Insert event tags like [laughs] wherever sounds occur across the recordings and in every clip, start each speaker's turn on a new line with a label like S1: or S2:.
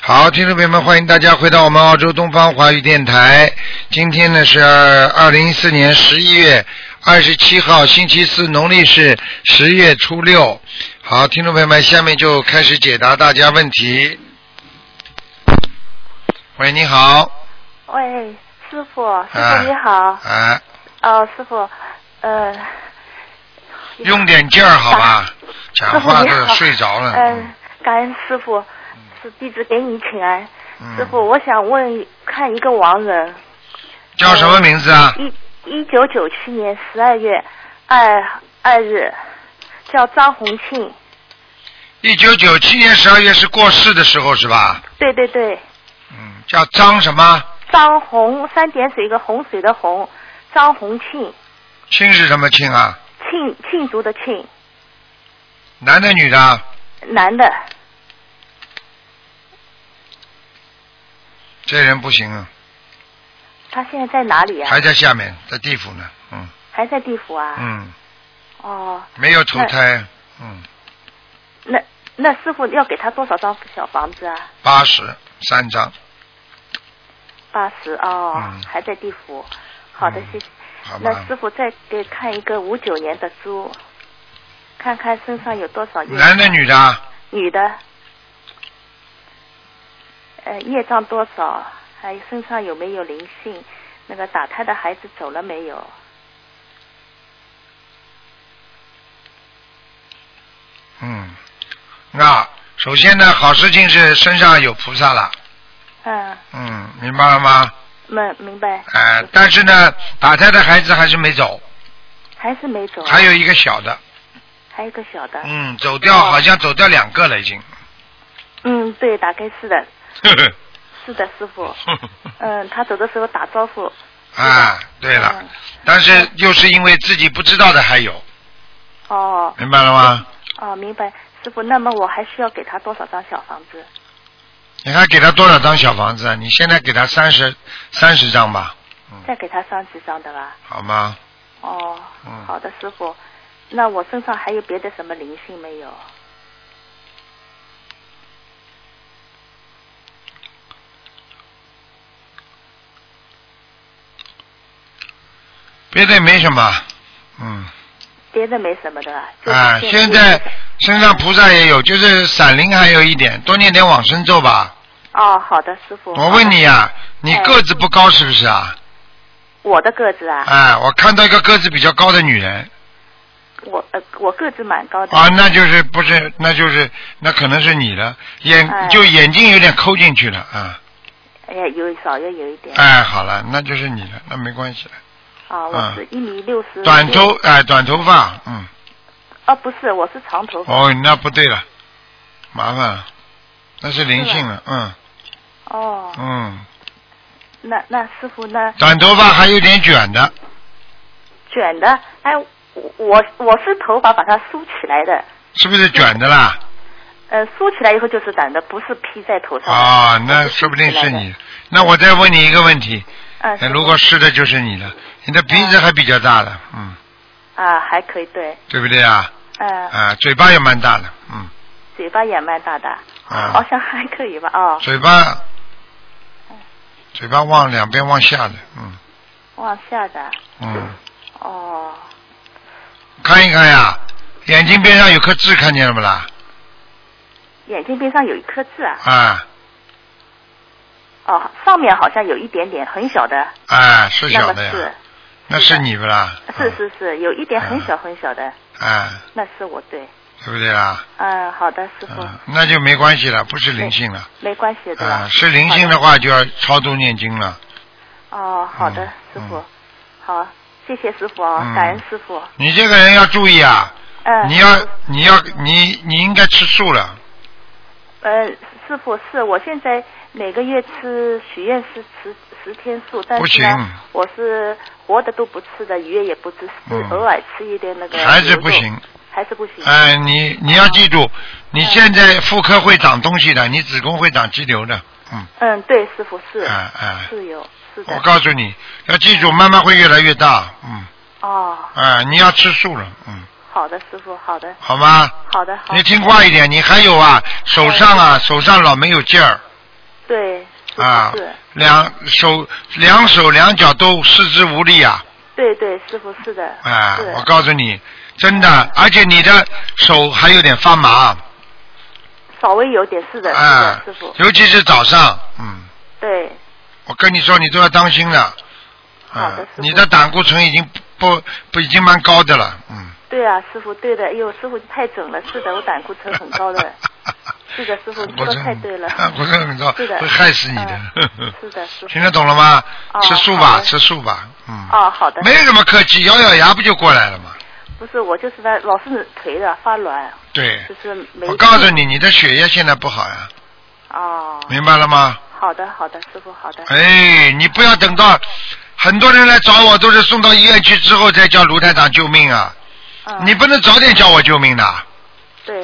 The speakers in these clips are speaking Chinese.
S1: 好，听众朋友们，欢迎大家回到我们澳洲东方华语电台。今天呢是二零一四年十一月二十七号，星期四，农历是十月初六。好，听众朋友们，下面就开始解答大家问题。喂，你好，
S2: 喂，师傅，师
S1: 啊
S2: 傅你好，
S1: 啊，
S2: 哦，师傅，呃，
S1: 用点劲儿好吧，
S2: 师
S1: 讲
S2: 傅
S1: 话
S2: 你
S1: 都
S2: 好，
S1: 睡着了。
S2: 嗯、感恩师傅，是弟子给你请安。
S1: 嗯
S2: 师傅，我想问看一个亡人，
S1: 叫什么名字啊？
S2: 一一九九七年十二月二二日，叫张红庆。
S1: 一九九七年十二月是过世的时候是吧？
S2: 对对对，
S1: 嗯，叫张什么？
S2: 张红三点水一个洪水的洪，张红庆，
S1: 庆是什么庆啊？
S2: 庆庆祝的庆，
S1: 男的女的啊？
S2: 男的。
S1: 这人不行啊，
S2: 他现在在哪里啊？
S1: 还在下面，在地府呢。嗯
S2: 还在地府啊？
S1: 嗯，
S2: 哦，
S1: 没有投胎。嗯，
S2: 那那师傅要给他多少张小房子啊？
S1: 八十三张，
S2: 八十哦，
S1: 嗯
S2: 还在地府。好的
S1: 嗯，
S2: 谢谢。
S1: 好
S2: 那
S1: 吧
S2: 师？傅再给看一个五九年的猪，看看身上有多少业。
S1: 男的？女的啊？
S2: 女的。呃，业障多少？还有身上有没有灵性？那个打胎的孩子走了没有？
S1: 嗯，那首先呢，好事情是身上有菩萨了。
S2: 嗯，
S1: 嗯，明白了吗？
S2: 明明白。
S1: 哎、但是呢，打胎的孩子还是没走，
S2: 还是没走啊。
S1: 还有一个小的，
S2: 还有一个小的。
S1: 嗯，走掉
S2: 哦
S1: 好像走掉两个了已经。
S2: 嗯，对，大概是的，
S1: 呵呵
S2: 是的，师
S1: [laughs]
S2: 傅。
S1: 呵呵
S2: 嗯，他走的时候打招呼。
S1: 啊，对
S2: 嗯
S1: 了，但是又是因为自己不知道的还有，
S2: 哦
S1: 明白了吗？
S2: 哦，明白，师傅。那么我还需要给他多少张小房子？
S1: 你还给他多少张小房子啊？你现在给他三十三十张吧，
S2: 再给他三十张的吧。
S1: 好吗？
S2: 哦，
S1: 嗯
S2: 好的，师傅。那我身上还有别的什么灵性没有？
S1: 别的也没什么，嗯，
S2: 别的没什么的啊。就是
S1: 啊，现在身上菩萨也有，就是闪灵还有一点，多念点往生咒吧。
S2: 哦，好的，师傅。
S1: 我问你啊，你
S2: 哎
S1: 个子不高是不是啊？
S2: 我的个子啊，
S1: 哎，我看到一个个子比较高的女人
S2: 我呃，我个子蛮高的。
S1: 啊，那就是不是，那就是那可能是你了，眼
S2: 哎
S1: 就眼睛有点抠进去了啊。
S2: 哎呀，有少要有一点。
S1: 哎，好了，那就是你了，那没关系了。
S2: 啊，我是一米六十。
S1: 短头。哎，短头发，嗯，
S2: 哦，不是，我是长头发。
S1: 哦，那不对了，麻烦了，那是灵性了，嗯
S2: 哦，
S1: 嗯，
S2: 那那师傅那
S1: 短头发还有点卷的，
S2: 卷的，哎，我我我是头发把它梳起来的，
S1: 是不是卷的啦？
S2: 呃，梳起来以后就是短的，不是披在头上的。
S1: 啊、那
S2: 我
S1: 说不定
S2: 梳起
S1: 是
S2: 来哦的。
S1: 你。那我再问你一个问题，
S2: 嗯，
S1: 那
S2: 是
S1: 如果是的，就是你了。你的鼻子还比较大的，嗯，
S2: 啊，还可以对，
S1: 对不对啊？
S2: 嗯，
S1: 啊，嘴巴也蛮大的，嗯，
S2: 嘴巴也蛮大的，
S1: 啊
S2: 好像还可以吧，哦，
S1: 嘴巴，嘴巴往两边往下的，嗯
S2: 往下的，
S1: 嗯，
S2: 哦，
S1: 看一看呀，眼睛边上有颗痣，看见了不啦？
S2: 眼睛边上有一颗痣啊，
S1: 啊
S2: 哦，上面好像有一点点，很小的，
S1: 啊，是
S2: 那
S1: 小
S2: 么
S1: 的呀。啊
S2: 是
S1: 那是你不啦？
S2: 是是是，有一点很
S1: 啊
S2: 小很小的，
S1: 嗯。啊，
S2: 那是我对，
S1: 对不对啦？
S2: 嗯，好的，师傅，
S1: 嗯，那就没关系了，不是灵性了。
S2: 没关系对吧
S1: 啊，？是灵性的话就要超度念经了。
S2: 哦，好的，师
S1: 嗯
S2: 傅，好，谢谢师傅啊
S1: 嗯，
S2: 感恩师傅。
S1: 你这个人要注意啊，
S2: 嗯，
S1: 你要你要你你应该吃素了。
S2: 呃，师傅是我现在每个月吃许愿是十十天素，但
S1: 不
S2: 是
S1: 行
S2: 呢，我是活的都不吃的，鱼也不吃，只
S1: 嗯
S2: 偶尔吃一点那个
S1: 还是
S2: 牛肉嗯
S1: 不行，
S2: 还是不行。
S1: 哎，你你要记住，你现在妇科会长东西的，你子宫会长肌瘤的。嗯，
S2: 嗯，对，师傅是、
S1: 哎哎，
S2: 是有是
S1: 我
S2: 的
S1: 告诉你，要记住，慢慢会越来越大。嗯，
S2: 哦，
S1: 哎，你要吃素了。嗯，
S2: 好的，师傅，好的，
S1: 好吗？
S2: 好的，好
S1: 你听话一点，你还有啊，手上啊，手上老没有劲儿，
S2: 对，是
S1: 啊
S2: 是，
S1: 两手两手两脚都四肢无力啊，
S2: 对对，师傅是的，
S1: 啊
S2: 是，
S1: 我告诉你，真的，而且你的手还有点发麻，
S2: 稍微有点是的，是
S1: 啊
S2: 的，师傅，
S1: 尤其是早上，嗯，
S2: 对，
S1: 我跟你说，你都要当心了，
S2: 好
S1: 啊
S2: 的师，傅
S1: 你的胆固醇已经不不不已经蛮高的了，嗯，
S2: 对啊，师傅，对的，哎呦，师傅太准了，是的，我胆固醇很
S1: [laughs]
S2: 高的，是的，师傅，你
S1: 我
S2: 说的
S1: 真
S2: 太对了，
S1: 胆固醇很高，
S2: 是的，
S1: 会害死你的 [laughs]
S2: 嗯是的，师傅，
S1: 听得懂了吗？
S2: 哦
S1: 吃素
S2: 好
S1: 吧，
S2: 的
S1: 吃素吧，嗯，
S2: 哦，好的，
S1: 没什么客气，咬咬牙不就过来了吗？
S2: 不是，我就是在老是腿的发软，
S1: 对
S2: 就，是没。
S1: 我告诉你，你的血液现在不好呀，
S2: 哦，
S1: 明白了吗？
S2: 好的，好的，师傅，好的，
S1: 哎，你不要等到很多人来找我，都是送到医院去之后再叫卢台长救命啊！
S2: 嗯，
S1: 你不能早点叫我救命的，
S2: 对，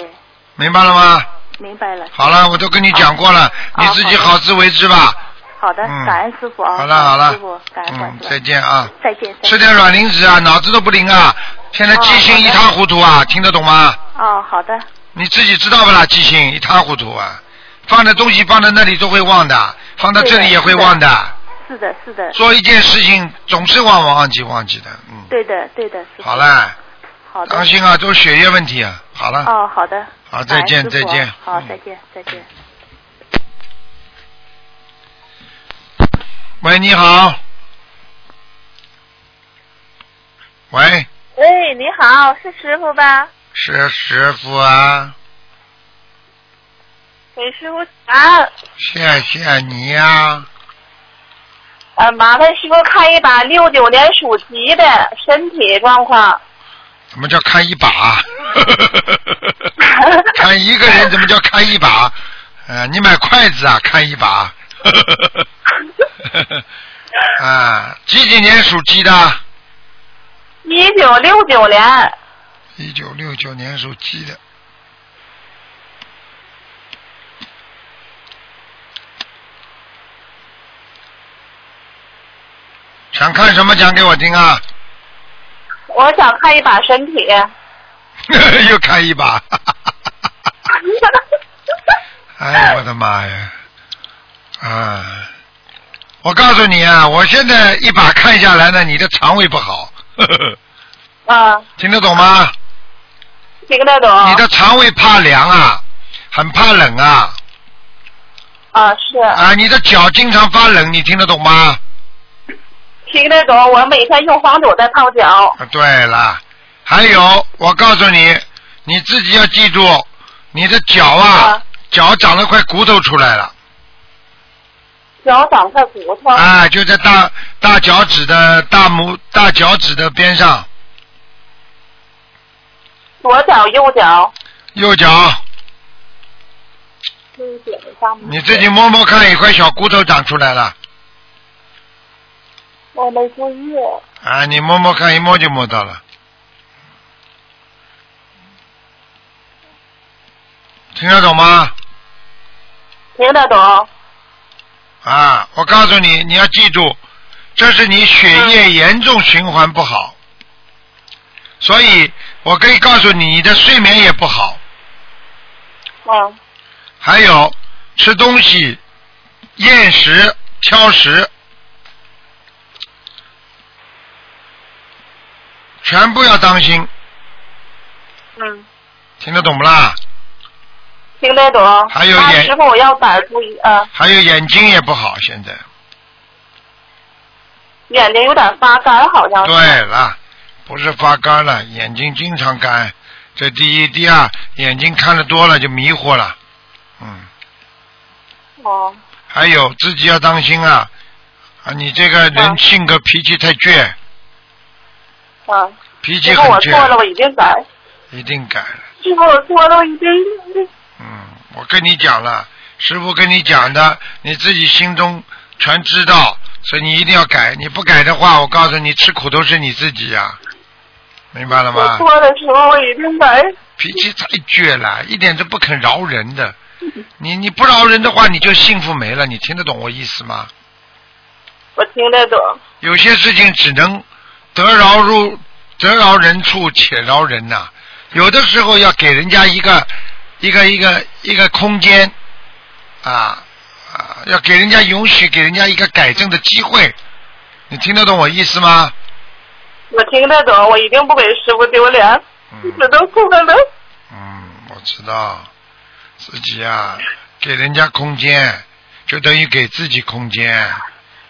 S1: 明白了吗？
S2: 明白了，
S1: 好了，我都跟你讲过了，
S2: 好
S1: 你自己
S2: 好
S1: 好自为之吧。
S2: 哦好的，
S1: 嗯
S2: 感恩师傅啊，
S1: 好了
S2: 感恩
S1: 好了
S2: 师傅，感恩
S1: 嗯
S2: 关，
S1: 再
S2: 师傅，
S1: 见啊！
S2: 再见，再
S1: 吃
S2: 见，
S1: 点软磷脂啊，脑子都不灵啊！现在记性一塌糊涂啊，听得懂吗？
S2: 哦，好的，
S1: 你自己知道不啦？记性一塌糊涂啊，放的东西放在那里都会忘的，放到这里也会忘的。
S2: 是的，是的，
S1: 做一件事情总是忘忘忘记忘记的，嗯。
S2: 对的，对的，师傅
S1: 好，了，
S2: 好的
S1: 当，心啊，都是血液问题啊。好了，
S2: 哦，好的，
S1: 好再见
S2: 感恩师傅啊
S1: 再见
S2: 好，
S1: 嗯
S2: 再见，再见。
S1: 喂，你好。喂，
S3: 喂，哎你好，是师傅吧？
S1: 是师傅啊，
S3: 给哎师傅啊，
S1: 谢谢你啊呀、
S3: 呃，麻烦师傅看一把六九年属鸡的身体状况。
S1: 怎么叫看一把？看一个人怎么叫看一把？呃，你买筷子啊，看一把。 [laughs] 啊，几几年属鸡的？
S3: 一九六九年，
S1: 一九六九年属鸡的。想看什么讲给我听啊？ [laughs]
S3: 我想看一把身 [laughs] 体。啊
S1: 又看一把。哎，我的妈呀！啊，我告诉你啊，我现在一把看下来呢，你的肠胃不好， [laughs]
S3: 啊，
S1: 听得懂吗？
S3: 听得懂。
S1: 你的肠胃怕凉啊，很怕冷啊，
S3: 啊，是
S1: 啊，你的脚经常发冷，你听得懂吗？
S3: 听得懂。我每天用黄酒在泡脚。
S1: 啊，对了，还有，我告诉你，你自己要记住，你的脚啊，
S3: 啊
S1: 脚长了块骨头出来了，
S3: 脚长块骨头。
S1: 啊，就在大大脚趾的大拇大脚趾的边上，
S3: 左脚右脚。
S1: 右脚。
S3: 右脚上面
S1: 你自己摸摸看，有块小骨头长出来了
S3: 我没注意。
S1: 啊！你摸摸看，一摸就摸到了。听得懂吗？
S3: 听得懂。
S1: 啊！我告诉你，你要记住，这是你血液严重循环不好，所以我可以告诉你，你的睡眠也不好，
S3: 嗯，
S1: 还有吃东西厌食、挑食，全部要当心。
S3: 嗯，
S1: 听得懂不啦？
S3: 听得懂。
S1: 还有
S3: 那
S1: 眼
S3: 师傅，我要哪儿注意啊？
S1: 还有眼睛也不好，现在。
S3: 眼睛有点发干，好像是。
S1: 对了，不是发干了，眼睛经常干，这第一，第二，眼睛看的多了就迷糊了，嗯，
S3: 哦，
S1: 还有自己要当心啊，啊，你这个人
S3: 啊
S1: 性格脾气太倔，
S3: 嗯，
S1: 脾气
S3: 师
S1: 很
S3: 傅，我错了，
S1: 倔，
S3: 我一定改。
S1: 一定改了，
S3: 师傅，我错了，我一定。
S1: 嗯，我跟你讲了，师傅跟你讲的，你自己心中全知道，所以你一定要改，你不改的话，我告诉你，吃苦都是你自己呀、明白了吗？
S3: 我错的时候，我一定改。
S1: 脾气太倔了，一点都不肯饶人的。你你不饶人的话，你就幸福没了。你听得懂我意思吗？
S3: 我听得懂。
S1: 有些事情只能得饶如得饶人处且饶人呐、有的时候要给人家一个一个一个一个空间啊啊，要给人家允许，给人家一个改正的机会。你听得懂我意思吗？
S3: 我听得懂，我一定不给师傅丢脸，一直
S1: 嗯
S3: 都哭了都。
S1: 嗯，我知道，自己啊，给人家空间，就等于给自己空间，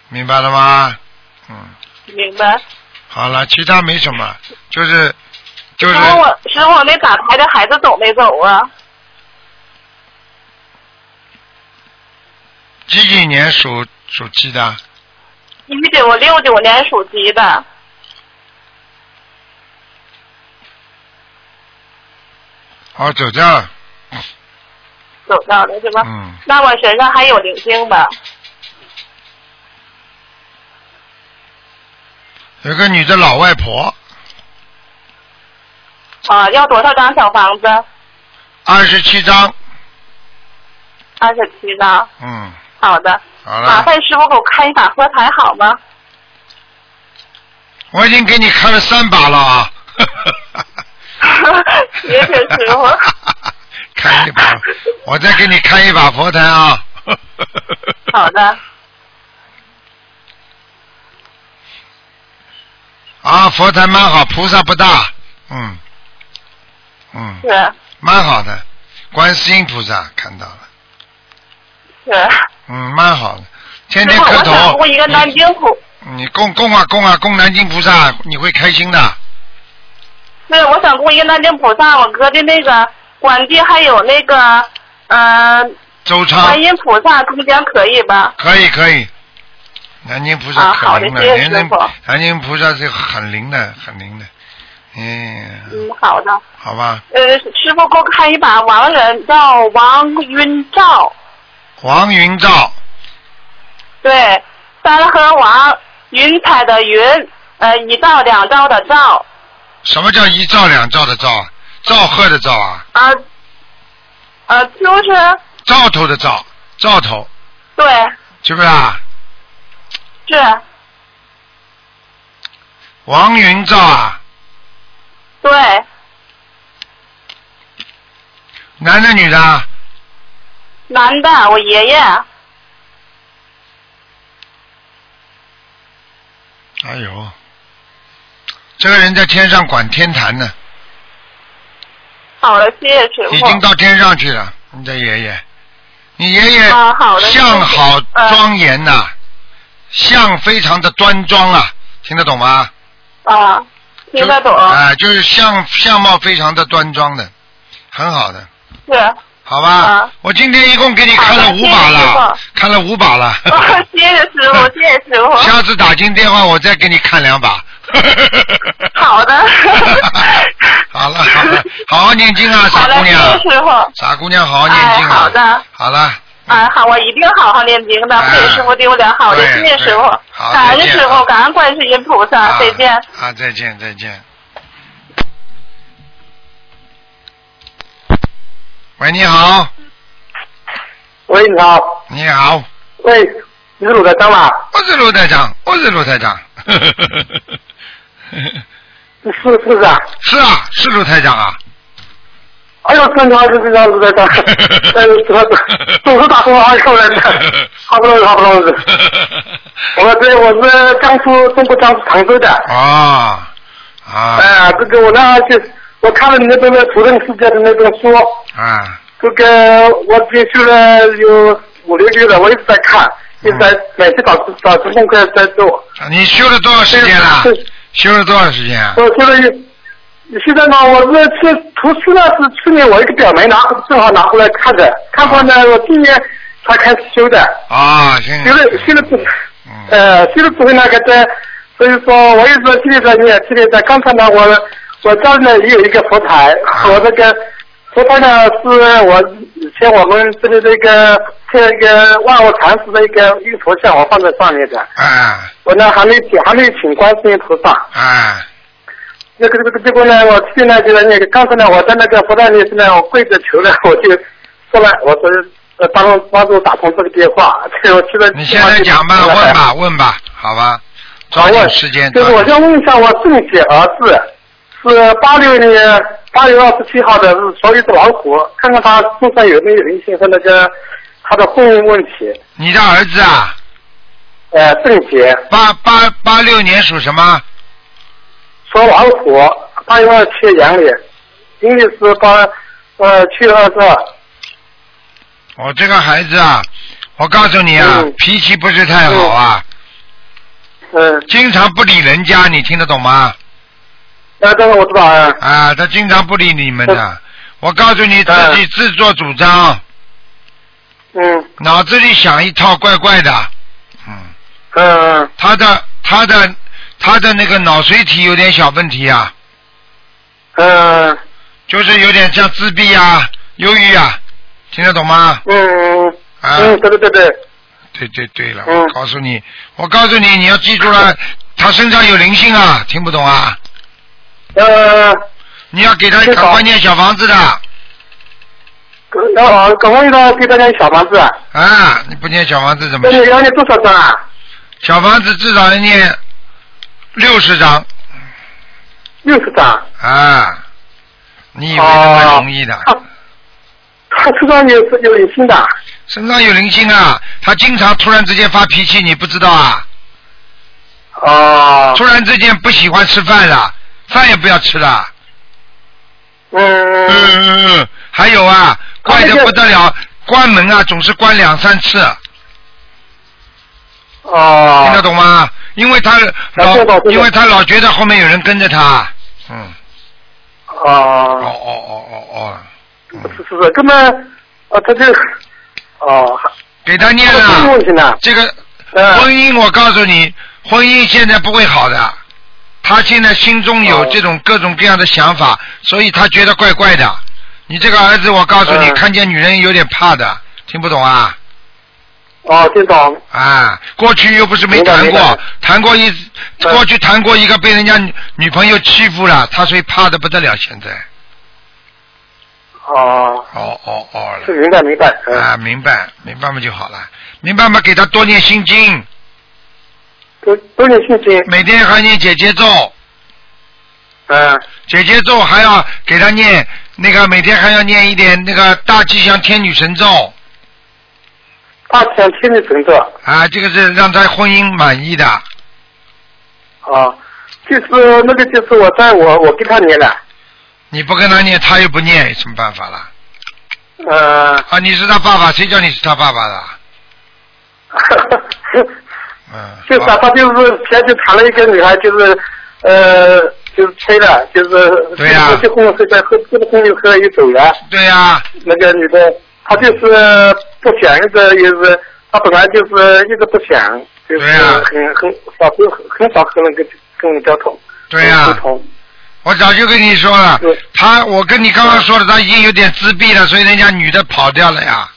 S1: 明白了吗？嗯，
S3: 明白。
S1: 好了，其他没什么，就是就是
S3: 师傅，我师傅，我那打牌的孩子走没走啊？
S1: 几几年属属鸡的，
S3: 一九六九年属鸡的，
S1: 哦，走这儿，
S3: 走到了是吧？
S1: 嗯，
S3: 那我身上还有灵性吧？
S1: 有个女的老外婆，
S3: 啊，要多少张小房子？
S1: 二十七张，
S3: 二十七张。
S1: 嗯，
S3: 好的，
S1: 好
S3: 麻
S1: 了，
S3: 烦师傅给我看一把佛牌好吗？ [laughs]
S1: 我已经给你看了三把了啊，
S3: 谢谢师傅。
S1: [laughs] 看一把，我再给你看一把佛台啊。
S3: 好的，
S1: 啊，佛台蛮好，菩萨不大，嗯，嗯，
S3: 是
S1: 蛮好的，观世音菩萨看到了，
S3: 是。
S1: 嗯，蛮好的，天
S3: 师
S1: 天
S3: 傅，
S1: 磕
S3: 我想
S1: 头
S3: 供，一个南京普，
S1: 你供供啊供啊供南京菩萨，你会开心的，
S3: 对，我想供一个南京菩萨，我哥的那个关帝还有那个呃
S1: 周昌
S3: 观音菩萨中间可以吧？
S1: 可以可以，南京菩萨
S3: 啊
S1: 可
S3: 好的
S1: 灵了，
S3: 谢谢
S1: 南
S3: 师
S1: 京
S3: 傅
S1: 南京菩萨是很灵的，很灵的，嗯，
S3: 嗯，好的。
S1: 好吧，
S3: 呃，师傅给我看一把亡人叫王云照，
S1: 王云照，
S3: 对，三和王，云彩的云，呃，一照两照的照，
S1: 什么叫一照两照的照啊？赵贺的赵啊，
S3: 呃，呃，就是
S1: 兆头的兆，兆头，
S3: 对，
S1: 是不是啊？
S3: 是，
S1: 王云照啊，
S3: 对，
S1: 男的女的啊？
S3: 男的，我爷爷，
S1: 哎呦，这个人在天上管天坛呢，
S3: 好了，谢谢师
S1: 已
S3: 傅。
S1: 经到天上去了。你的爷爷，你爷爷
S3: 啊好的
S1: 相好
S3: 嗯
S1: 庄严呐、相非常的端庄啊，听得懂吗？
S3: 啊，听得懂
S1: 就，啊、就是相相貌非常的端庄的，很好的， [laughs]
S3: 是，
S1: 好吧？
S3: 啊
S1: 我今天一共给你看了
S3: 好的
S1: 五把
S3: 谢谢师
S1: 了
S3: 傅，
S1: 看了五把
S3: [laughs]
S1: 了。
S3: 啊谢谢师傅，
S1: 哎
S3: 谢谢师傅。
S1: 下次打进电话，我再给你看两把。。
S3: 好的
S1: [laughs] 好了好了，好好念经啊，傻
S3: 好
S1: 姑
S3: 的，谢
S1: 娘，
S3: 谢师傅。
S1: 傻姑娘，好好念经啊。
S3: 哎好的。
S1: 好了，
S3: 啊，好，我一定好好念经的，不给师傅丢脸。好的，
S1: 啊对
S3: 谢谢师傅
S1: 对，好
S3: 感
S1: 再
S3: 恩
S1: 见
S3: 师
S1: 啊
S3: 傅，感恩观世音菩萨，再见。
S1: 啊，再见再见。喂，你好，
S4: 喂，你好，
S1: 你好，
S4: 喂，你是鲁德章吧？
S1: 我是卢台长，我是卢台长。 [laughs]
S4: 是是不是啊？
S1: 是啊，是卢台长啊。
S4: 哎呦，真的是真的鲁德章，
S1: [laughs]
S4: 哎呦，怎么总是打通二号人呢？好不容易，好不容易。我这我是江苏中国江苏常州的，
S1: 啊啊
S4: 哎、这个我那就是我看了你那本的《图腾世界》的那本书，
S1: 啊！
S4: 这个我接触了有五六个月了，我一直在看，一直在
S1: 嗯
S4: 每次找找出功课在做。
S1: 你修了多少时间啊了
S4: 对？
S1: 修了多少时间啊？
S4: 我现在呃现在呢，我是去图书呢是去年我一个表妹拿正好拿过来看的，看过呢，我今年才开始修的，
S1: 啊，行。
S4: 修了修了不
S1: 嗯
S4: 呃修了不会那个的，所以说我一直天天在念，天天在。刚才呢，我我家里呢也有一个佛台和那个佛台呢是我以前我们这里的一个这个万物禅师的一个一个头像，我放在上面的。
S1: 哎
S4: 我呢还没请还没请观世音菩萨。
S1: 哎
S4: 那个这个结果呢，我去呢就是那个刚才呢，我在那个佛诞里是呢，我跪着求了，我就说了，我说呃帮我帮助我打通这个电话，这个我去了。
S1: 你现在
S4: [laughs]
S1: 讲吧，问吧，问吧，好吧，抓紧时间。
S4: 就是我
S1: 抓紧
S4: 想问一下，我正姐儿子是八六年八月二十七号的，是属于是老虎，看看他身上有没有灵性和那个他的婚姻问题，
S1: 你的儿子啊，
S4: 呃，症结，
S1: 八八八六年属什么？
S4: 属老虎，八月二七阳历，阴历是八呃七月二十二，
S1: 我这个孩子啊，我告诉你啊，
S4: 嗯
S1: 脾气不是太好啊，
S4: 嗯，
S1: 经常不理人家，你听得懂吗？
S4: 那这个我知道啊，
S1: 啊，他经常不理你们的。我告诉你，自
S4: 嗯
S1: 己自作主张，
S4: 嗯
S1: 脑子里想一套怪怪的。嗯，
S4: 嗯
S1: 他的他的他的那个脑髓体有点小问题啊，
S4: 嗯
S1: 就是有点像自闭啊、忧郁啊，听得懂吗？
S4: 嗯
S1: 啊，
S4: 嗯，对对对对，
S1: 对对对了，
S4: 嗯
S1: 我告诉你，我告诉你，你要记住了，他身上有灵性啊，听不懂啊？
S4: 呃，
S1: 你要给他
S4: 知道
S1: 赶快念小房子的
S4: 然后呃赶快到给大家小房子啊，
S1: 啊！你不念小房子怎么
S4: 那
S1: 行？
S4: 你要你多少张啊？
S1: 小房子至少要念六十张
S4: 六十张。
S1: 啊！你以为那么容易的？
S4: 哦他身上有有灵性的，
S1: 身上有灵性啊，他经常突然之间发脾气，你不知道啊？
S4: 哦
S1: 突然之间不喜欢吃饭了，饭也不要吃了。嗯
S4: 嗯，
S1: 嗯嗯，还有啊，怪得不得了，关门啊总是关两三次。
S4: 哦，
S1: 听得懂吗？因为他老
S4: 啊听得懂，听得懂
S1: 因为他老觉得后面有人跟着他。嗯。哦
S4: 哦，
S1: 哦哦哦哦。嗯
S4: 是是是，根本，哦，他这，哦，
S1: 给他念
S4: 他什么
S1: 了
S4: 问题呢？
S1: 这个婚
S4: 嗯，
S1: 姻，啊我告诉你，婚姻现在不会好的。他现在心中有
S4: 哦
S1: 这种各种各样的想法，所以他觉得怪怪的。你这个儿子，我告诉你，
S4: 嗯
S1: 看见女人有点怕的，听不懂啊？
S4: 哦，听懂，
S1: 啊，过去又不是没谈
S4: 明白明
S1: 过
S4: 白，
S1: 谈过一，
S4: 嗯
S1: 过去谈过一个被人家女女朋友欺负了，他所以怕的不得了，现在。
S4: 哦，
S1: 哦哦哦
S4: 是明白明白，
S1: 了，啊，
S4: 嗯，
S1: 明白，明白嘛就好了，明白嘛，给他多念心经，
S4: 多多点信心，
S1: 每天还念姐姐咒，
S4: 嗯，
S1: 姐姐咒还要给他念那个每天还要念一点那个大吉祥天女神咒
S4: 大强天的神咒，
S1: 啊，这个是让他婚姻满意的。
S4: 哦，就是那个就是我在我我给他念了，
S1: 你不跟他念，他又不念，有什么办法啦？
S4: 嗯，
S1: 啊，你是他爸爸，谁叫你是他爸爸的？嗯，
S4: [laughs] 就是啊，他就是前去谈了一个女孩，就是呃，就是吹了，就是
S1: 对呀
S4: 结婚后在后结婚以后又走了，
S1: 对呀、
S4: 那个女的，她就是不想，一直也是，她本来就是一直不想，就是
S1: 对呀
S4: 很很少跟很少和那个跟人交通，
S1: 对呀、
S4: 沟通，
S1: 我早就跟你说了
S4: 对，
S1: 他我跟你刚刚说了，他已经有点自闭了，所以人家女的跑掉了呀。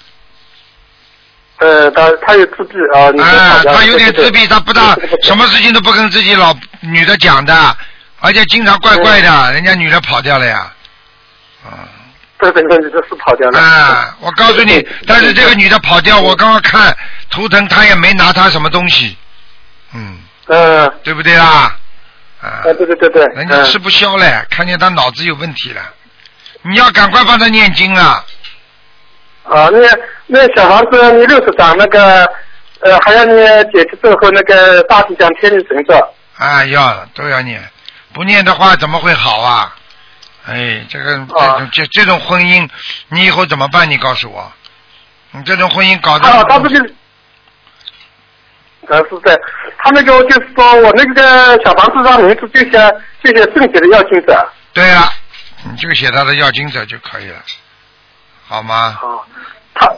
S4: 呃，她她有自闭啊，你说
S1: 啊，
S4: 她
S1: 他有点自闭，他不大
S4: 对 [laughs] 对对
S1: 什么事情都不跟自己老女的讲的，而且经常怪怪的，人家女的跑掉了呀。嗯，
S4: 对对对，你这是跑掉了，
S1: 啊，我告诉你
S4: 对对，
S1: 但是这个女的跑掉，我刚刚看图腾，她也没拿她什么东西，嗯，
S4: 嗯，
S1: 对不对啦？啊
S4: 啊，，对对对对，
S1: 人家吃不消嘞，看见她脑子有问题了，你要赶快帮她念经啊，
S4: 啊，那那小房子你六十张，那个呃还要你解决症和那个大吉祥天女神咒。
S1: 啊，要都要念，不念的话怎么会好啊？哎，这个这种
S4: 啊
S1: 这这种婚姻，你以后怎么办？你告诉我，你这种婚姻搞得
S4: 啊，他不是，呃是的，他那个就是说我那个小房子上名字就写就写正解的要经者。
S1: 对了，你就写他的要经者就可以了，好吗？
S4: 啊，他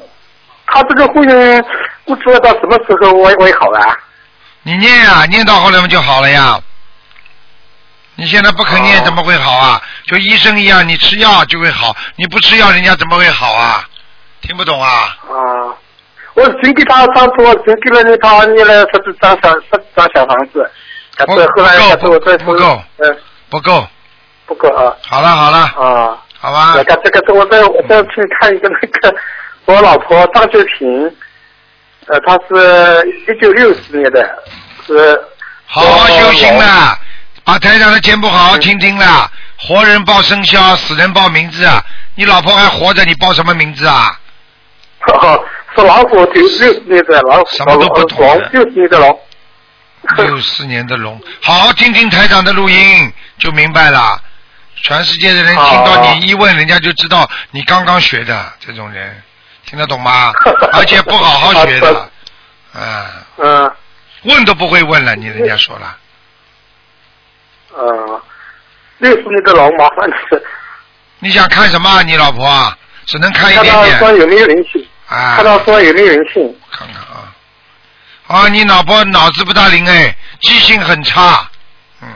S4: 他这个婚姻不知道到什么时候为为好啊？
S1: 你念啊，念到后来嘛就好了呀。你现在不肯念
S4: 哦
S1: 怎么会好啊？就医生一样，你吃药就会好，你不吃药人家怎么会好啊？听不懂啊？
S4: 啊，我已经给他上次我已经给了他捏了十几张小十几张小房子，但是后来但是我再
S1: 不够
S4: 嗯，
S1: 不够，
S4: 不够啊
S1: 好了好了，
S4: 啊。
S1: 好吧
S4: 那。个这个是我在我在去看一个那个我老婆张秀萍，呃，她是一九六四年的，是
S1: 好好修行
S4: 了。
S1: 啦，把台长的节目好好听听啦。活人报生肖，死人报名字啊！你老婆还活着，你报什么名字啊？
S4: 哦，是老虎，挺六十年的老虎，
S1: 什么都不懂
S4: 龙，六十年的龙。
S1: 六四年的龙，好好听听台长的录音就明白了。全世界的人听到你一问，人家就知道你刚刚学的这种人，听得懂吗？而且不好好学的，啊，
S4: 嗯
S1: 问都不会问了，你人家说了，
S4: 嗯，六十年的龙，麻烦你了，
S1: 你想看什么啊、你老婆啊，只能看一
S4: 看
S1: 点
S4: 他说
S1: 点
S4: 有没有灵性，
S1: 啊
S4: 看，他说有没有灵性。
S1: 看看啊，啊，你老婆脑子不大灵哎，记性很差，嗯，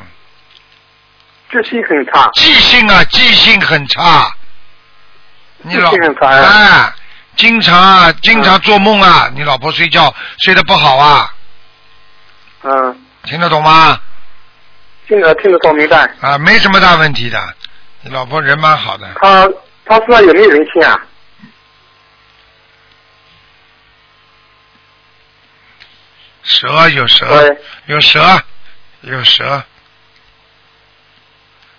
S4: 记性很差，
S1: 记性啊，记性很差。你老
S4: 记性很差呀
S1: 哎，经常啊，经常做梦啊，你老婆睡觉睡得不好啊，
S4: 嗯，
S1: 听得懂吗？
S4: 听得听得懂明白。
S1: 啊，没什么大问题的，你老婆人蛮好的，
S4: 他他身上有没有灵性啊？
S1: 蛇有蛇，
S4: 对，
S1: 有蛇，有蛇，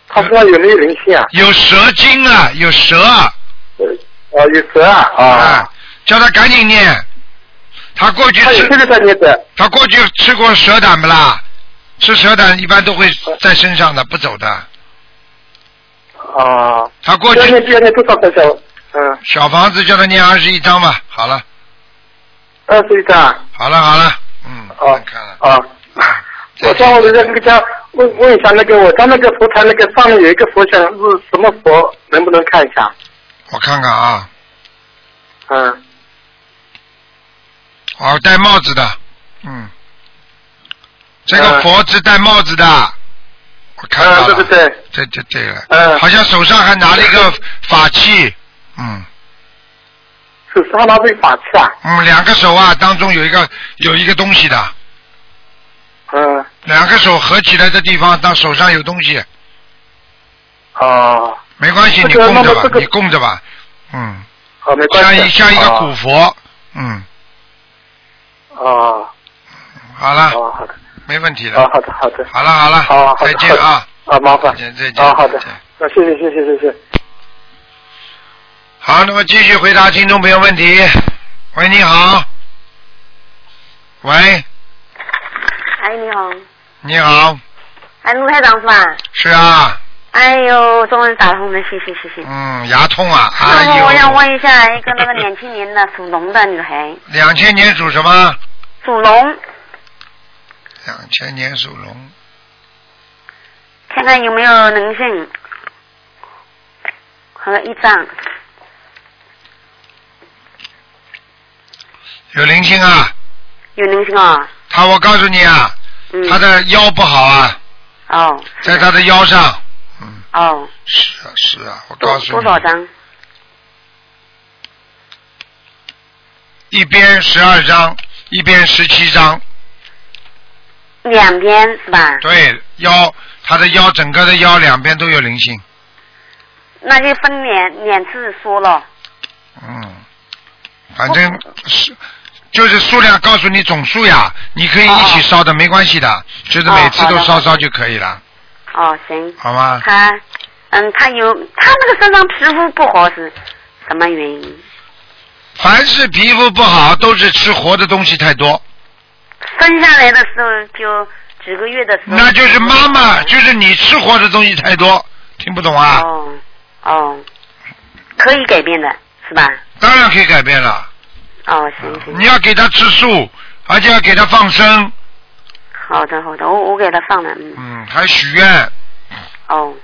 S4: 他身上有没有灵性啊？
S1: 有蛇精啊，有蛇啊，
S4: 哦，有蛇啊，
S1: 啊
S4: 啊，
S1: 叫他赶紧念。他过去
S4: 他有
S1: 吃
S4: 这，个在念的，
S1: 他过去吃过蛇胆不啦？吃蛇胆一般都会在身上的，不走的。
S4: 啊，
S1: 他过
S4: 要
S1: 去
S4: 念就要念多少个小？嗯，
S1: 小房子叫他念二十一章吧。好了，
S4: 二十一张啊。
S1: 好了，好了，嗯，不
S4: 啊
S1: 能看了。
S4: 啊！我上我的那个家问问一下，那个我家那个佛台那个上面有一个佛像是什么佛？能不能看一下？
S1: 我看看啊，
S4: 嗯，
S1: 哦，戴帽子的，嗯，这个
S4: 嗯
S1: 佛是戴帽子的，我看
S4: 嗯，
S1: 到
S4: 对
S1: 了，
S4: 对对，
S1: 这这这个，
S4: 嗯
S1: 好像手上还拿了一个法器，嗯
S4: 是沙拉贝法器啊。
S1: 嗯，两个手啊当中有一个有一个东西的，
S4: 嗯，
S1: 两个手合起来的地方，当手上有东西，
S4: 哦，
S1: 没关系，
S4: 这
S1: 你
S4: 个
S1: 供
S4: 那
S1: 着吧
S4: 么这，个
S1: 你供着吧，嗯，
S4: 好，没关
S1: 像
S4: 系。
S1: 一像一个古
S4: 哦。
S1: 佛，嗯，
S4: 哦，
S1: 好了，
S4: 哦，好的，
S1: 没问题的。
S4: 哦，好的，好的，
S1: 好了好了，
S4: 好，好
S1: 再
S4: 的，
S1: 见啊，
S4: 好的，啊，麻
S1: 再
S4: 烦。
S1: 见再见。
S4: 啊，好的
S1: 再见，
S4: 那谢谢，谢谢，谢谢。
S1: 好，那么继续回答听众朋友问题。喂，你好。喂，
S5: 哎，你好，
S1: 你好，
S5: 哎，卢台长是吧？
S1: 是啊，
S5: 哎呦，终于打通了，谢谢谢谢。
S1: 嗯，牙痛啊，
S5: 然
S1: 哎
S5: 后
S1: 呦，
S5: 我想问一下，一个那个两千年的属龙的女孩，
S1: [laughs] 两千年属什么？
S5: 属龙，
S1: 两千年属龙，
S5: 看看有没有灵性，和一张，
S1: 有灵性啊。
S5: 有灵性啊、
S1: 他，我告诉你啊，
S5: 嗯，
S1: 他的腰不好啊，
S5: 哦
S1: 在他的腰上。嗯，
S5: 哦，
S1: 是啊是啊，我
S5: 多
S1: 告诉
S5: 多
S1: 你，
S5: 少张？
S1: 一边十二张，一边十七张。
S5: 两边是吧？
S1: 对，腰，他的腰整个的腰两边都有灵性。
S5: 那就分两两次说了，
S1: 嗯，反
S5: 哦
S1: 正是就是数量告诉你总数呀，你可以一
S5: 哦
S1: 起烧的，没关系的，就是每次都烧烧就可以了，
S5: 哦行，
S1: 好吗？
S5: 她，嗯，她有她那个身上皮肤不合适，什么原因？
S1: 凡是皮肤不好，都是吃活的东西太多，
S5: 生下来的时候就几个月的时候，
S1: 那就是妈妈，就是你吃活的东西太多，听不懂啊？
S5: 哦哦，可以改变的是吧？
S1: 当然可以改变了，
S5: 哦，行行，
S1: 你要给他吃素，而且要给他放生，
S5: 好的好的，我我给他放了，嗯，
S1: 嗯，还许愿，啊
S5: 哦，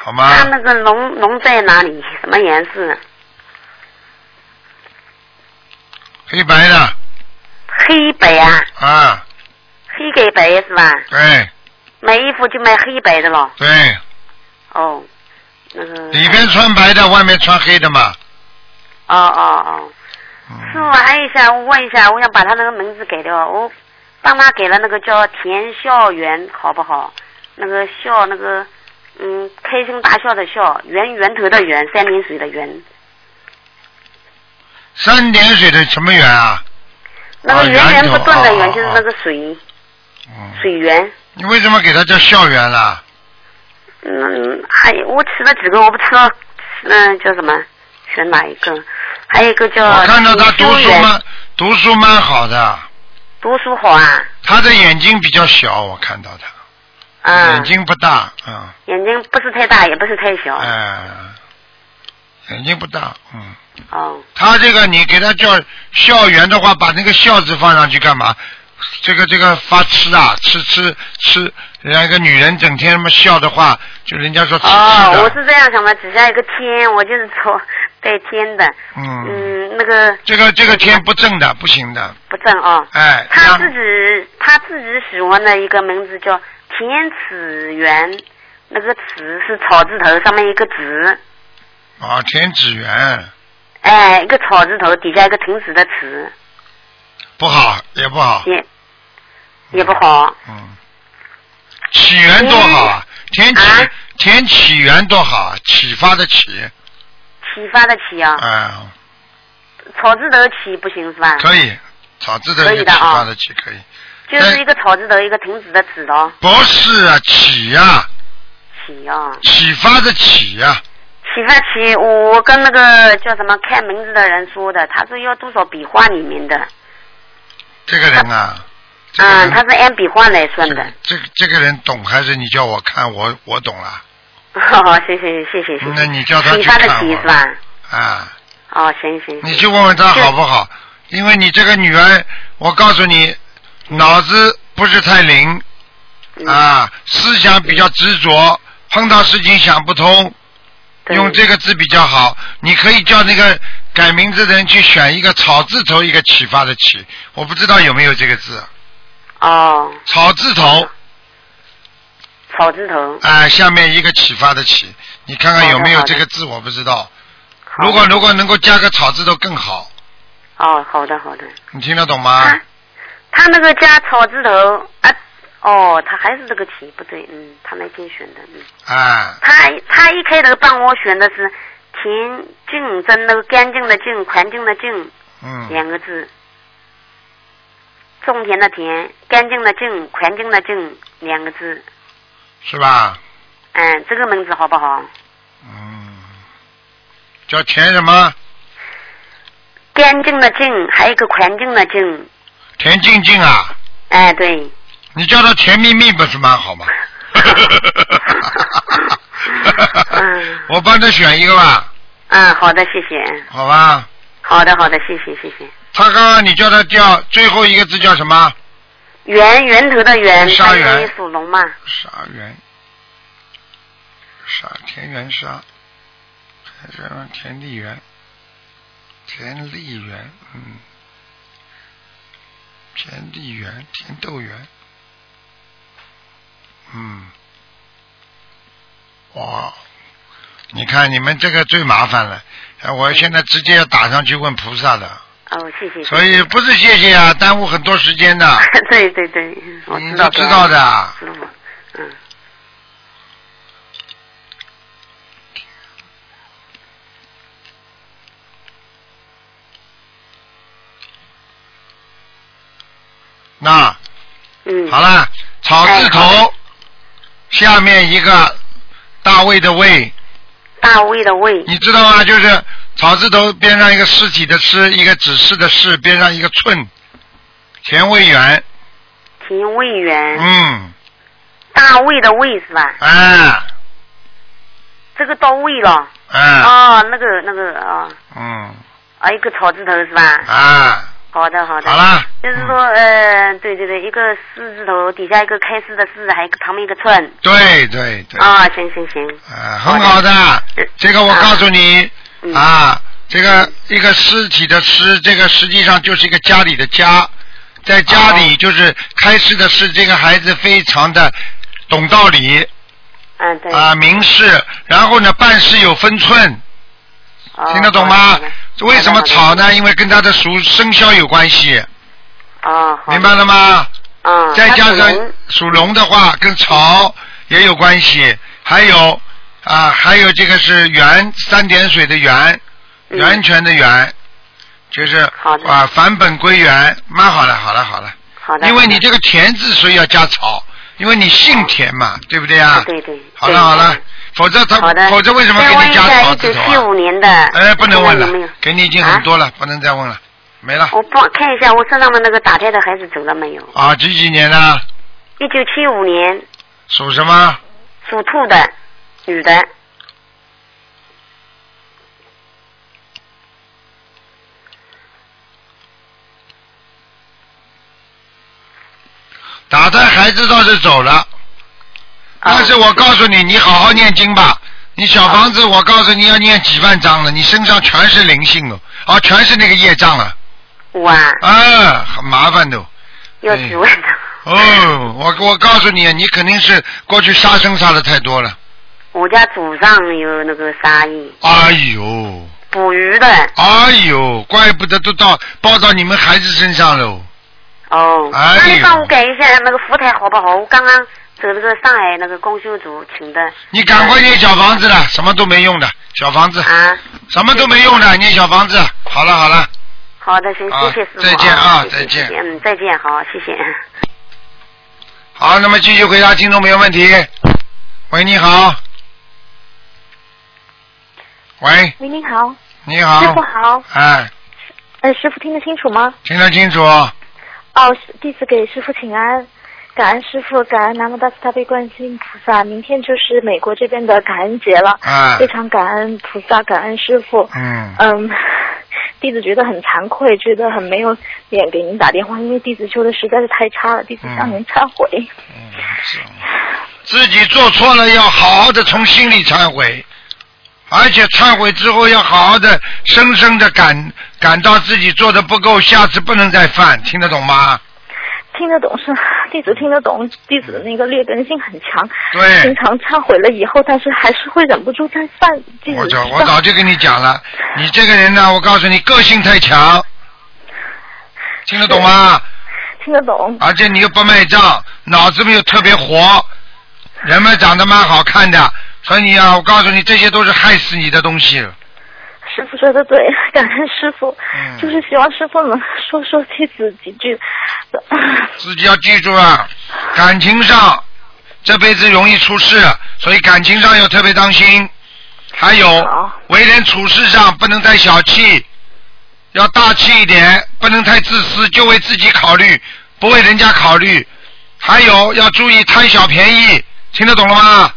S1: 好吗？
S5: 他那个龙龙在哪里？什么颜色？
S1: 黑白的
S5: 黑白啊，
S1: 啊，
S5: 黑给白是吧？
S1: 对
S5: 买衣服就买黑白的咯。
S1: 对，
S5: 哦，那个
S1: 里边穿白的，外面穿黑的嘛。
S5: 哦哦哦，
S1: 嗯
S5: 师傅，还有一下，我问一下，我想把他那个名字改掉，我帮他给了那个叫田孝元，好不好？那个孝，那个嗯，开心大笑的笑，源源头的源，三点水的源，
S1: 三点水的什么源啊？
S5: 那个
S1: 哦
S5: 源源
S1: 源头
S5: 不断的源、
S1: 哦哦
S5: 就是那个水、
S1: 嗯，
S5: 水源。
S1: 你为什么给它叫校园啊啦？
S5: 哎嗯，还我吃了几个，我不吃了，嗯，叫什么？选哪一个？还有一个叫
S1: 我看到他
S5: 李
S1: 读
S5: 修
S1: 书
S5: 缘
S1: 蛮读书蛮好的，
S5: 读书好啊，
S1: 他的眼睛比较小，我看到他、
S5: 嗯，
S1: 眼睛不大，啊、
S5: 眼睛不是太大，也不是太小
S1: 嗯，，哎、眼睛不大，嗯。
S5: 哦，
S1: 他这个你给他叫校园的话，把那个校字放上去干嘛？这个这个发吃啊，吃吃吃，人家一个女人整天什么笑的话，就人家说 [laughs] 吃吃
S5: 哦，
S1: 的，
S5: 我是这样想的，底下有个天，我就是说带天的，
S1: 嗯，
S5: 嗯，那个
S1: 这个这个天不正的，不行的，
S5: 不正哦。
S1: 哎，
S5: 他
S1: 让
S5: 自己他自己喜欢的一个名字叫田子园，那个子是草字头上面一个子，
S1: 啊田子园
S5: 哎，一个草字头底下一个停止的止，
S1: 不好，也不好，
S5: 也也不好。
S1: 嗯，起源多好啊，田起
S5: 啊
S1: 田起源多好啊，启发的启，
S5: 启发的启啊，
S1: 哎，
S5: 草字头启不行是吧？
S1: 嗯可以，草字头
S5: 可
S1: 一
S5: 以
S1: 个
S5: 的
S1: 启
S5: 啊
S1: 发的启可以，
S5: 就是一个草字头一个停止的止咯，
S1: 不是啊，起呀、啊。
S5: 启啊。
S1: 启发的启呀、
S5: 启发启，我跟那个叫什么看名字的人说的，他说要多少笔画里面的，
S1: 这个人啊，这个
S5: 嗯，
S1: 人
S5: 他是按笔画来算的。
S1: 这个这个人懂还是你叫我看我我懂了
S5: [laughs] 哦，谢谢谢谢谢谢。
S1: 那你叫他去
S5: 启发的
S1: 看
S5: 启
S1: 我
S5: 是吧？
S1: 啊？
S5: 哦，行行。
S1: 你
S5: 行
S1: 去问问他好不好？因为你这个女儿，我告诉你，脑子不是太灵
S5: 嗯
S1: 啊，思想比较执着，碰到事情想不通，
S5: 对
S1: 用这个字比较好。你可以叫那个改名字的人去选一个草字头一个启发的启，我不知道有没有这个字，啊
S5: 哦，
S1: 草字头。
S5: 草字头。
S1: 啊、下面一个启发的启，你看看有没有这个字，我不知道。
S5: 好
S1: 如果如果能够加个草字头更好，
S5: 哦，好的好的。
S1: 你听得懂吗
S5: 他？他那个加草字头啊，哦，他还是这个启不对，嗯，他那天选的，嗯，
S1: 啊，
S5: 他他一开头帮我选的是田径真那个干净的净，环境的净
S1: 嗯，
S5: 两个字。种田的田，干净的净，环境的净，两个字。
S1: 是吧？
S5: 嗯，这个名字好不好？
S1: 嗯，叫田什么？
S5: 干净的净，还有一个环境的净。
S1: 田静静啊，
S5: 哎，对。
S1: 你叫他甜蜜蜜不是蛮好吗？
S5: 嗯
S1: [laughs] 我帮他选一个吧，
S5: 嗯，好的，谢谢。
S1: 好吧？
S5: 好的，好的，谢谢，谢谢。
S1: 他刚刚你叫他叫最后一个字叫什么？
S5: 源源头的源，
S1: 沙
S5: 它
S1: 源
S5: 也属龙嘛。
S1: 沙园，沙田园沙，还是让田丽园，田丽园，嗯，田丽园，田豆园，嗯，哇，你看你们这个最麻烦了，哎我现在直接要打上去问菩萨的，
S5: 哦，谢谢。
S1: 所以不是谢谢啊，耽误很多时间的，
S5: [laughs] 对对对，我
S1: 你
S5: 知
S1: 都
S5: 道
S1: 嗯知道。的。啊
S5: 知道嗯，
S1: 那
S5: 嗯，
S1: 好了，草字头、
S5: 哎好
S1: 下面一个大卫的卫，
S5: 大卫的卫，
S1: 你知道吗？就是草字头边上一个尸体的尸，一个指示的示，边上一个寸，田卫元。
S5: 田卫员，
S1: 嗯，
S5: 大卫的卫是吧？
S1: 哎
S5: 这个到位了。
S1: 哎，
S5: 哦，那个那个哦，
S1: 嗯
S5: 啊，一个草字头是吧？
S1: 哎，
S5: 好的，好的。
S1: 好了，嗯
S5: 就是说，呃，对对对，一个四字头底下一个开始的四，还有一个旁边一个寸。
S1: 对对对，
S5: 啊，行行行，
S1: 哎，很好的
S5: 嗯，
S1: 这个我告诉你
S5: 嗯，
S1: 啊。这个一个尸体的尸，这个实际上就是一个家里的家，在家
S5: 哦
S1: 里就是开始的是这个孩子非常的懂道理
S5: 嗯，对。
S1: 啊，明事，然后呢办事有分寸，
S5: 哦
S1: 听得懂吗
S5: 好的好的？
S1: 为什么吵呢？因为跟他的属生肖有关系，
S5: 哦，好的
S1: 明白了吗？
S5: 嗯，
S1: 再加
S5: 他
S1: 上
S5: 属龙
S1: 属龙的话，跟潮也有关系，还有啊，还有这个是元三点水的元，
S5: 嗯
S1: 源泉的源，就是
S5: 好的
S1: 啊返本归元，蛮好了，好了，好了。
S5: 好的，
S1: 因为你这个田字，所以要加草，因为你姓田嘛，对不对啊？
S5: 对对。
S1: 好了好了，否则他
S5: 好的，
S1: 否则为什么给你加
S5: 再
S1: 草
S5: 问一
S1: 字头
S5: 下，一九七
S1: 啊？
S5: 五年的，
S1: 哎，不能问
S5: 有没有啊哦
S1: 了，给你已经很多了，不能再问了，没了。
S5: 我帮看一下我身上的那个打胎的孩子走了没有？
S1: 啊，几几年的？
S5: 一九七五年
S1: 属什么？
S5: 属兔的女的，
S1: 打胎孩子倒是走了，但是我告诉你，你好好念经吧。你小房子，我告诉你要念几万张了，你身上全是灵性哦，啊，全是那个业障了，
S5: 我啊
S1: 啊，很麻烦的哦。
S5: 要几万的。
S1: 哦，我我告诉你，你肯定是过去杀生杀的太多了。
S5: 我家祖上有那个杀意，
S1: 哎呦，
S5: 捕鱼的
S1: 哎呦，怪不得都到报到你们孩子身上喽。
S5: 哦。
S1: 哎呦
S5: 那你帮我改一下那个佛台好不好？我刚刚走那个上海那个公修组请的。
S1: 你赶快念小房子了，什么都没用的，小房子
S5: 啊！
S1: 什么都没用的，念小房子。好了好了，
S5: 好的，行，
S1: 啊
S5: 谢谢师傅。
S1: 再见啊
S5: 谢谢
S1: 再见
S5: 谢谢嗯，再见，好，谢谢。
S1: 好，那么继续回答听众朋友问题。喂，你好。喂，
S6: 喂，您好，
S1: 你好。
S6: 师傅好，
S1: 哎，
S6: 呃，师傅听得清楚吗？
S1: 听得清楚。
S6: 哦，是弟子给师傅请安，感恩师傅，感恩南无大慈大悲观世音菩萨。明天就是美国这边的感恩节了，
S1: 哎
S6: 非，常感恩菩萨，感恩师傅。
S1: 嗯，
S6: 嗯，弟子觉得很惭愧，觉得很没有脸给您打电话，因为弟子修的实在是太差了，弟子向您忏悔。
S1: 嗯是自己做错了要好好的从心里忏悔，而且忏悔之后要好好的深深的感感到自己做的不够，下次不能再犯，听得懂吗？
S6: 听得懂是弟子听得懂，弟子的那个劣根性很强，
S1: 对
S6: 经，常忏悔了以后，但是还是会忍不住再犯。弟子
S1: 我
S6: 知
S1: 早
S6: 道
S1: 我早就跟你讲了，你这个人呢，我告诉你，个性太强，听得懂吗？
S6: 听得懂，
S1: 而且你又不卖账，脑子们又特别活，人们长得蛮好看的，所以啊，我告诉你，这些都是害死你的东西。
S6: 师傅说的对，感恩师傅，
S1: 嗯
S6: 就是希望师傅能说说弟子几句。
S1: 自己要记住啊，感情上这辈子容易出事，所以感情上要特别当心。还有
S6: 好
S1: 为人处事上不能太小气，要大气一点，不能太自私，就为自己考虑，不为人家考虑。还有要注意贪小便宜，听得懂了吗？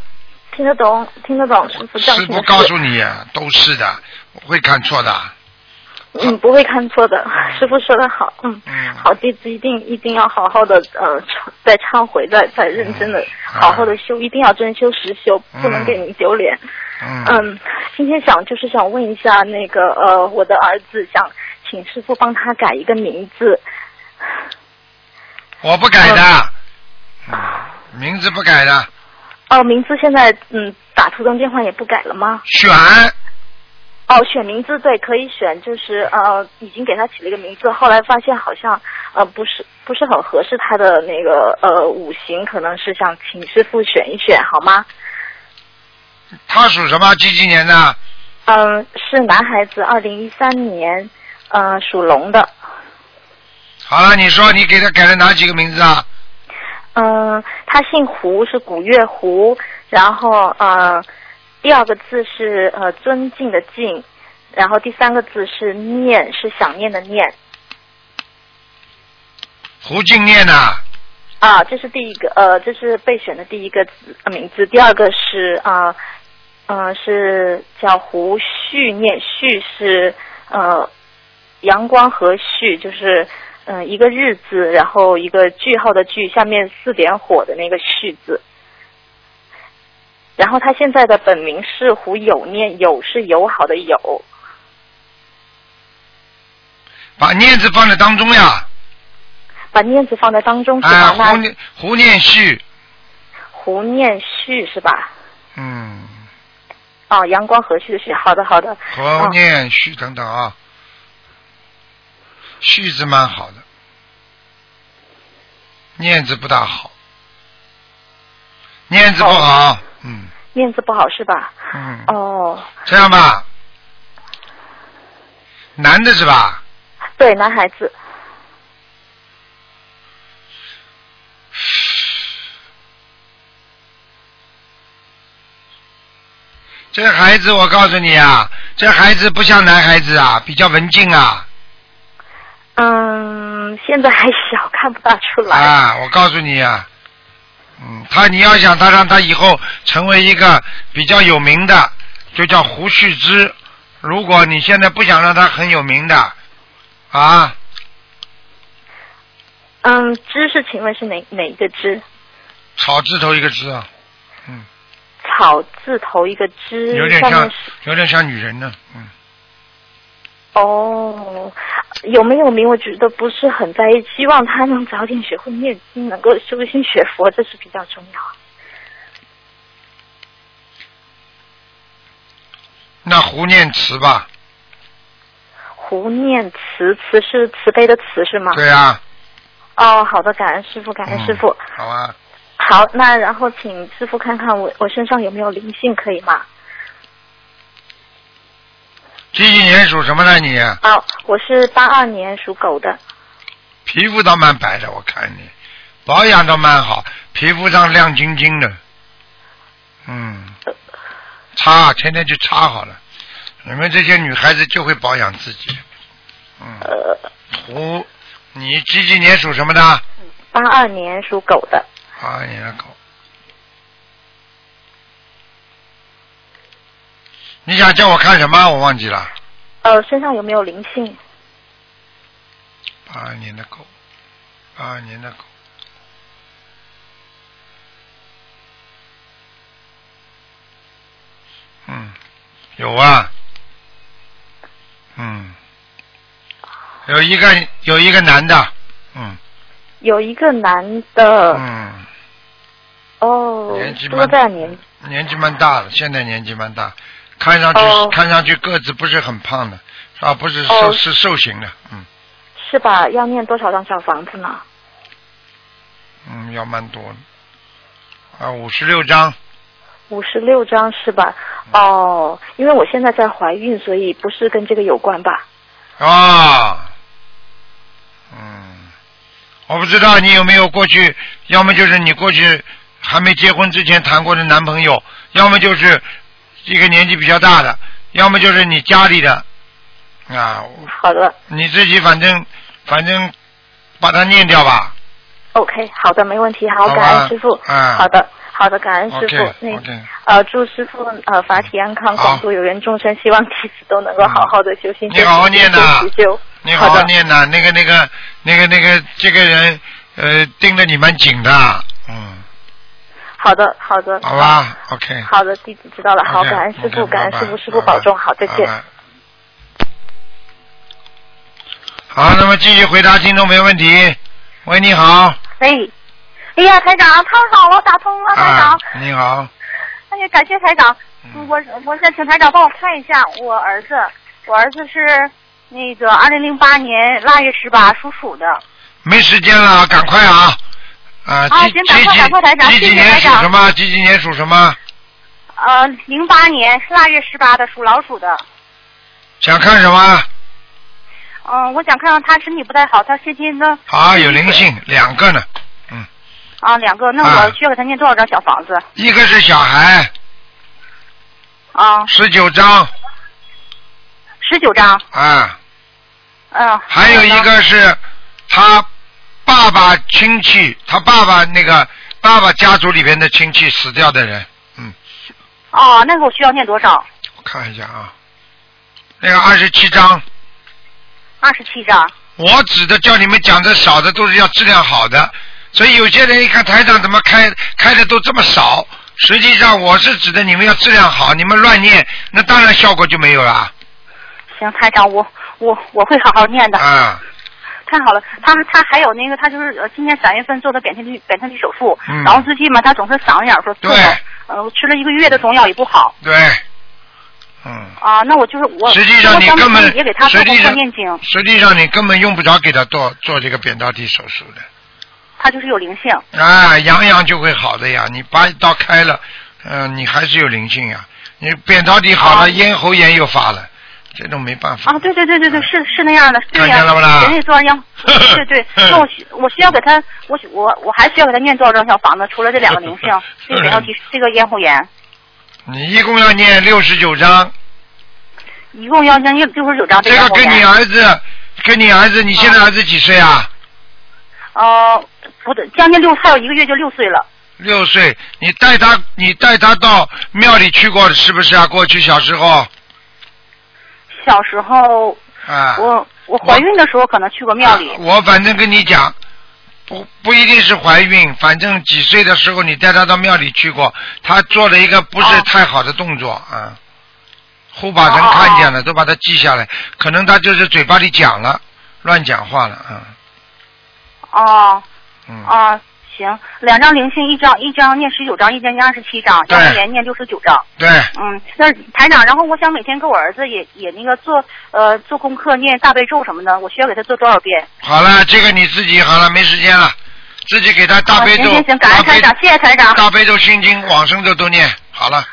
S6: 听得懂，听得懂，师傅这样
S1: 师
S6: 听
S1: 傅
S6: 得
S1: 告
S6: 是
S1: 诉你啊，都是的，我会看错的。
S6: 嗯，不会看错的，师傅说的好，嗯，
S1: 嗯
S6: 好，弟子一定一定要好好的，呃，忏再忏悔，再再认真
S1: 嗯
S6: 的，好好的修，一定要真修实修，不能给您丢脸。
S1: 嗯。
S6: 嗯，今天想就是想问一下那个呃，我的儿子想请师傅帮他改一个名字，
S1: 我不改的，嗯名字不改的，
S6: 哦、名字现在嗯打图腾电话也不改了吗？
S1: 选。
S6: 哦，选名字对，可以选，就是呃，已经给他起了一个名字，后来发现好像呃不是不是很合适他的那个呃五行，可能是想请师傅选一选好吗？
S1: 他属什么？几几年的？
S6: 嗯、是男孩子，二零一三年，呃，属龙的，
S1: 好了，你说你给他改了哪几个名字啊？
S6: 嗯、他姓胡，是古月胡，然后呃，第二个字是呃尊敬的敬，然后第三个字是念，是想念的念。
S1: 胡静念呐、
S6: 啊，这是第一个，呃，这是备选的第一个字、呃名字，第二个是啊，呃呃，是叫胡旭念，旭是呃阳光和煦，就是嗯、呃一个日字，然后一个句号的句，下面四点火的那个旭字。然后他现在的本名是胡友念，友是友好的友，
S1: 把念字放在当中呀。
S6: 把念字放在当中是
S1: 哎，
S6: 吧？
S1: 胡
S6: 那
S1: 念胡念旭，
S6: 啊胡念旭是吧？
S1: 嗯，
S6: 哦，阳光和煦的煦，好的好的。
S1: 胡念旭等等
S6: 哦
S1: 啊，旭字蛮好的，念字不大好，念字不好，嗯
S6: 面子不好是吧？
S1: 嗯，
S6: 哦，
S1: 这样吧，男的是吧？
S6: 对，男孩子，
S1: 这孩子我告诉你啊，这孩子不像男孩子啊，比较文静啊
S6: 嗯，现在还小，看不大出来。
S1: 啊，我告诉你啊，嗯，他你要想他让他以后成为一个比较有名的，就叫胡须之。如果你现在不想让他很有名的，啊，
S6: 嗯，知是请问是哪哪一个知？
S1: 草字头一个之啊，嗯，
S6: 草字头一个知，
S1: 有点
S6: 嗯下
S1: 像
S6: 面是
S1: 有点像女人呢，嗯。
S6: 哦，有没有名我觉得不是很在意，希望他能早点学会念经，能够修心学佛，这是比较重要。
S1: 那胡念慈吧，
S6: 胡念慈，慈是慈悲的慈是吗？
S1: 对啊，
S6: 哦，好的，感恩师傅，感恩
S1: 嗯
S6: 师傅。
S1: 好啊，
S6: 好，那然后请师傅看看我我身上有没有灵性，可以吗？
S1: 几几年属什么呢你？
S6: 啊，我是八二年属狗的。
S1: 皮肤倒蛮白的，我看你保养倒蛮好，皮肤上亮晶晶的。嗯，擦，天天去擦好了。你们这些女孩子就会保养自己。嗯，
S6: 呃，
S1: 胡，你几几年属什么的？
S6: 八二年属狗的。
S1: 啊，你的狗。你想叫我看什么？我忘记了。
S6: 呃，身上有没有灵性？
S1: 八二年的狗，八二年的狗。嗯，有啊，嗯，有一个有一个男的，嗯
S6: 有一个男的。
S1: 嗯，
S6: 哦
S1: 年纪，
S6: 多
S1: 蛮
S6: 大年？
S1: 年纪蛮大的，现在年纪蛮大，看上去、
S6: 哦
S1: 看上去个子不是很胖的，啊，不是瘦、
S6: 哦
S1: 是瘦型的，嗯
S6: 是吧？要念多少张小房子呢？
S1: 嗯，要蛮多的，啊，五十六张，
S6: 五十六张是吧？哦，因为我现在在怀孕，所以不是跟这个有关吧？
S1: 啊，嗯，我不知道你有没有过去，要么就是你过去还没结婚之前谈过的男朋友，要么就是一个年纪比较大的，要么就是你家里的啊，
S6: 好的
S1: 你自己反正反正把它念掉吧。
S6: ，OK，好的，没问题。好，
S1: 好吧
S6: 感恩师傅。
S1: 嗯
S6: 好的，好的，感恩师傅。
S1: OK
S6: 那
S1: OK，
S6: 呃，祝师傅呃法体安康，
S1: 好
S6: 广度有缘众生，希望弟子都能够好好的修心。
S1: 你好好念呐
S6: 修行修
S1: 你好
S6: 好
S1: 好
S6: 的
S1: 念呐、那个那个那个那个这个人呃盯着你蛮紧的，嗯，
S6: 好的，好的。
S1: 好吧，OK。
S6: 好的，弟子知道了。好，
S1: OK，
S6: 感恩师傅，
S1: OK，
S6: 感恩师
S1: 拜
S6: 傅，
S1: 拜
S6: 师傅保重。好，再
S1: 拜
S6: 见。。
S1: 拜好，那么继续回答听众没问题。喂，你
S6: 哦
S1: 好，
S3: 哎，哎呀，台长，太好了，打通了，台长
S1: 啊。，你好，
S3: 哎呀，感谢台长
S1: 嗯。
S3: 我我想请台长帮我看一下我儿子，我儿子是那个二零零八年腊月十八属鼠的。
S1: 没时间了，赶快啊！啊，
S3: 啊
S6: 哦
S1: 几
S3: 行
S1: 几
S3: 赶快赶快台长
S1: 几几
S3: 谢
S1: 几
S3: 谢
S1: 年
S3: 台
S1: 属
S3: 长
S1: 什么？几几年属什么？
S3: 呃，零八年是腊月十八的，属老鼠的。
S1: 想看什么？
S3: 嗯、我想看看他身体不太好，他先天的
S1: 啊，有灵性，两个呢。嗯，
S3: 啊两个，那
S1: 啊
S3: 我需要给他念多少张小房子？
S1: 一个是小孩，
S3: 啊，
S1: 十九张
S3: 十九张。
S1: 啊，
S3: 嗯、
S1: 还有一
S3: 好的
S1: 个是他爸爸亲戚，他爸爸那个爸爸家族里边的亲戚死掉的人，嗯。
S3: 哦，那个我需要念多少？
S1: 我看一下啊，那个二十七章，
S3: 二十七张。
S1: 我指的叫你们讲的少的都是要质量好的，所以有些人一看台长怎么开开的都这么少，实际上我是指的你们要质量好，你们乱念，那当然效果就没有了
S3: 行，台长，我我我会好好念的。
S1: 啊。
S3: 太好了，他他还有那个，他就是呃，今年三月份做的扁桃体扁桃体手术，
S1: 嗯
S3: 然后最近嘛，他总是嗓子眼儿说痛
S1: 对，
S3: 呃，吃了一个月的中药也不好
S1: 对，嗯。
S3: 啊、那我就是我，
S1: 实际上你
S3: 我
S1: 根
S3: 帮
S1: 本
S3: 助也给他做
S1: 实
S3: 功
S1: 际
S3: 课
S1: 上
S3: 念经，
S1: 实际上你根本用不着给他做做这个扁桃体手术的。
S3: 他就是有灵性。
S1: 啊，养养就会好的呀。你把一刀开了，嗯、你还是有灵性呀。你扁桃体好了，
S3: 啊
S1: 咽喉炎又发了，这种没办法。
S3: 啊，对对对对对，
S1: 嗯
S3: 是是那样的，对
S1: 看
S3: 呀、
S1: 见了不啦，
S3: 人家也做完药，对对，那我需我需要给他，我需我我还需要给他念多少张小房子？除了这两个灵性
S1: [laughs]
S3: 这个扁桃体，这个咽喉炎，
S1: 你一共要念六十九章，
S3: 一共要将近六十九张。
S1: 这个
S3: 给
S1: 跟你儿子，跟你儿子，你现在儿子几岁啊？
S3: 呃，不对，将近六，还有一个月就六岁了。
S1: 六岁，你带他，你带他到庙里去过是不是啊？过去小时候
S3: 小时候，
S1: 啊，
S3: 我我怀孕的时候可能去过庙里。
S1: 我反正跟你讲，不不一定是怀孕，反正几岁的时候你带他到庙里去过，他做了一个不是太好的动作啊，护法神看
S3: 哦
S1: 见了，都把他记下来，可能他就是嘴巴里讲了，乱讲话了啊，
S3: 哦
S1: 嗯，
S3: 哦，行，两张灵性，一张一张念十九张，一张念二十七张，
S1: 对
S3: 要一人念六十九张。
S1: 对，
S3: 嗯，那台长，然后我想每天给我儿子也也那个做呃做功课，念大悲咒什么的，我需要给他做多少遍？
S1: 好了，这个你自己好了，没时间了，自己给他大悲咒
S3: 啊行行行，感
S1: 大
S3: 恩
S1: 悲
S3: 台长，谢谢台长。
S1: 大悲咒心经往生咒都念好了，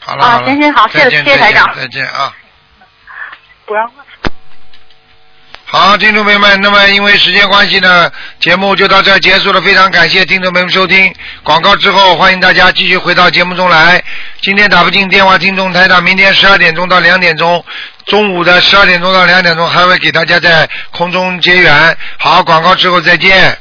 S1: 好了，
S3: 啊
S1: 了
S3: 行行好谢谢
S1: 再见
S3: 谢谢台长
S1: 再见再见啊。
S3: 不让
S1: 好，听众朋友们，那么因为时间关系呢，节目就到这儿结束了。非常感谢听众朋友们收听广告之后，欢迎大家继续回到节目中来。今天打不进电话，听众台长，明天十二点钟到两点钟，中午的十二点钟到两点钟还会给大家在空中结缘。好，广告之后再见。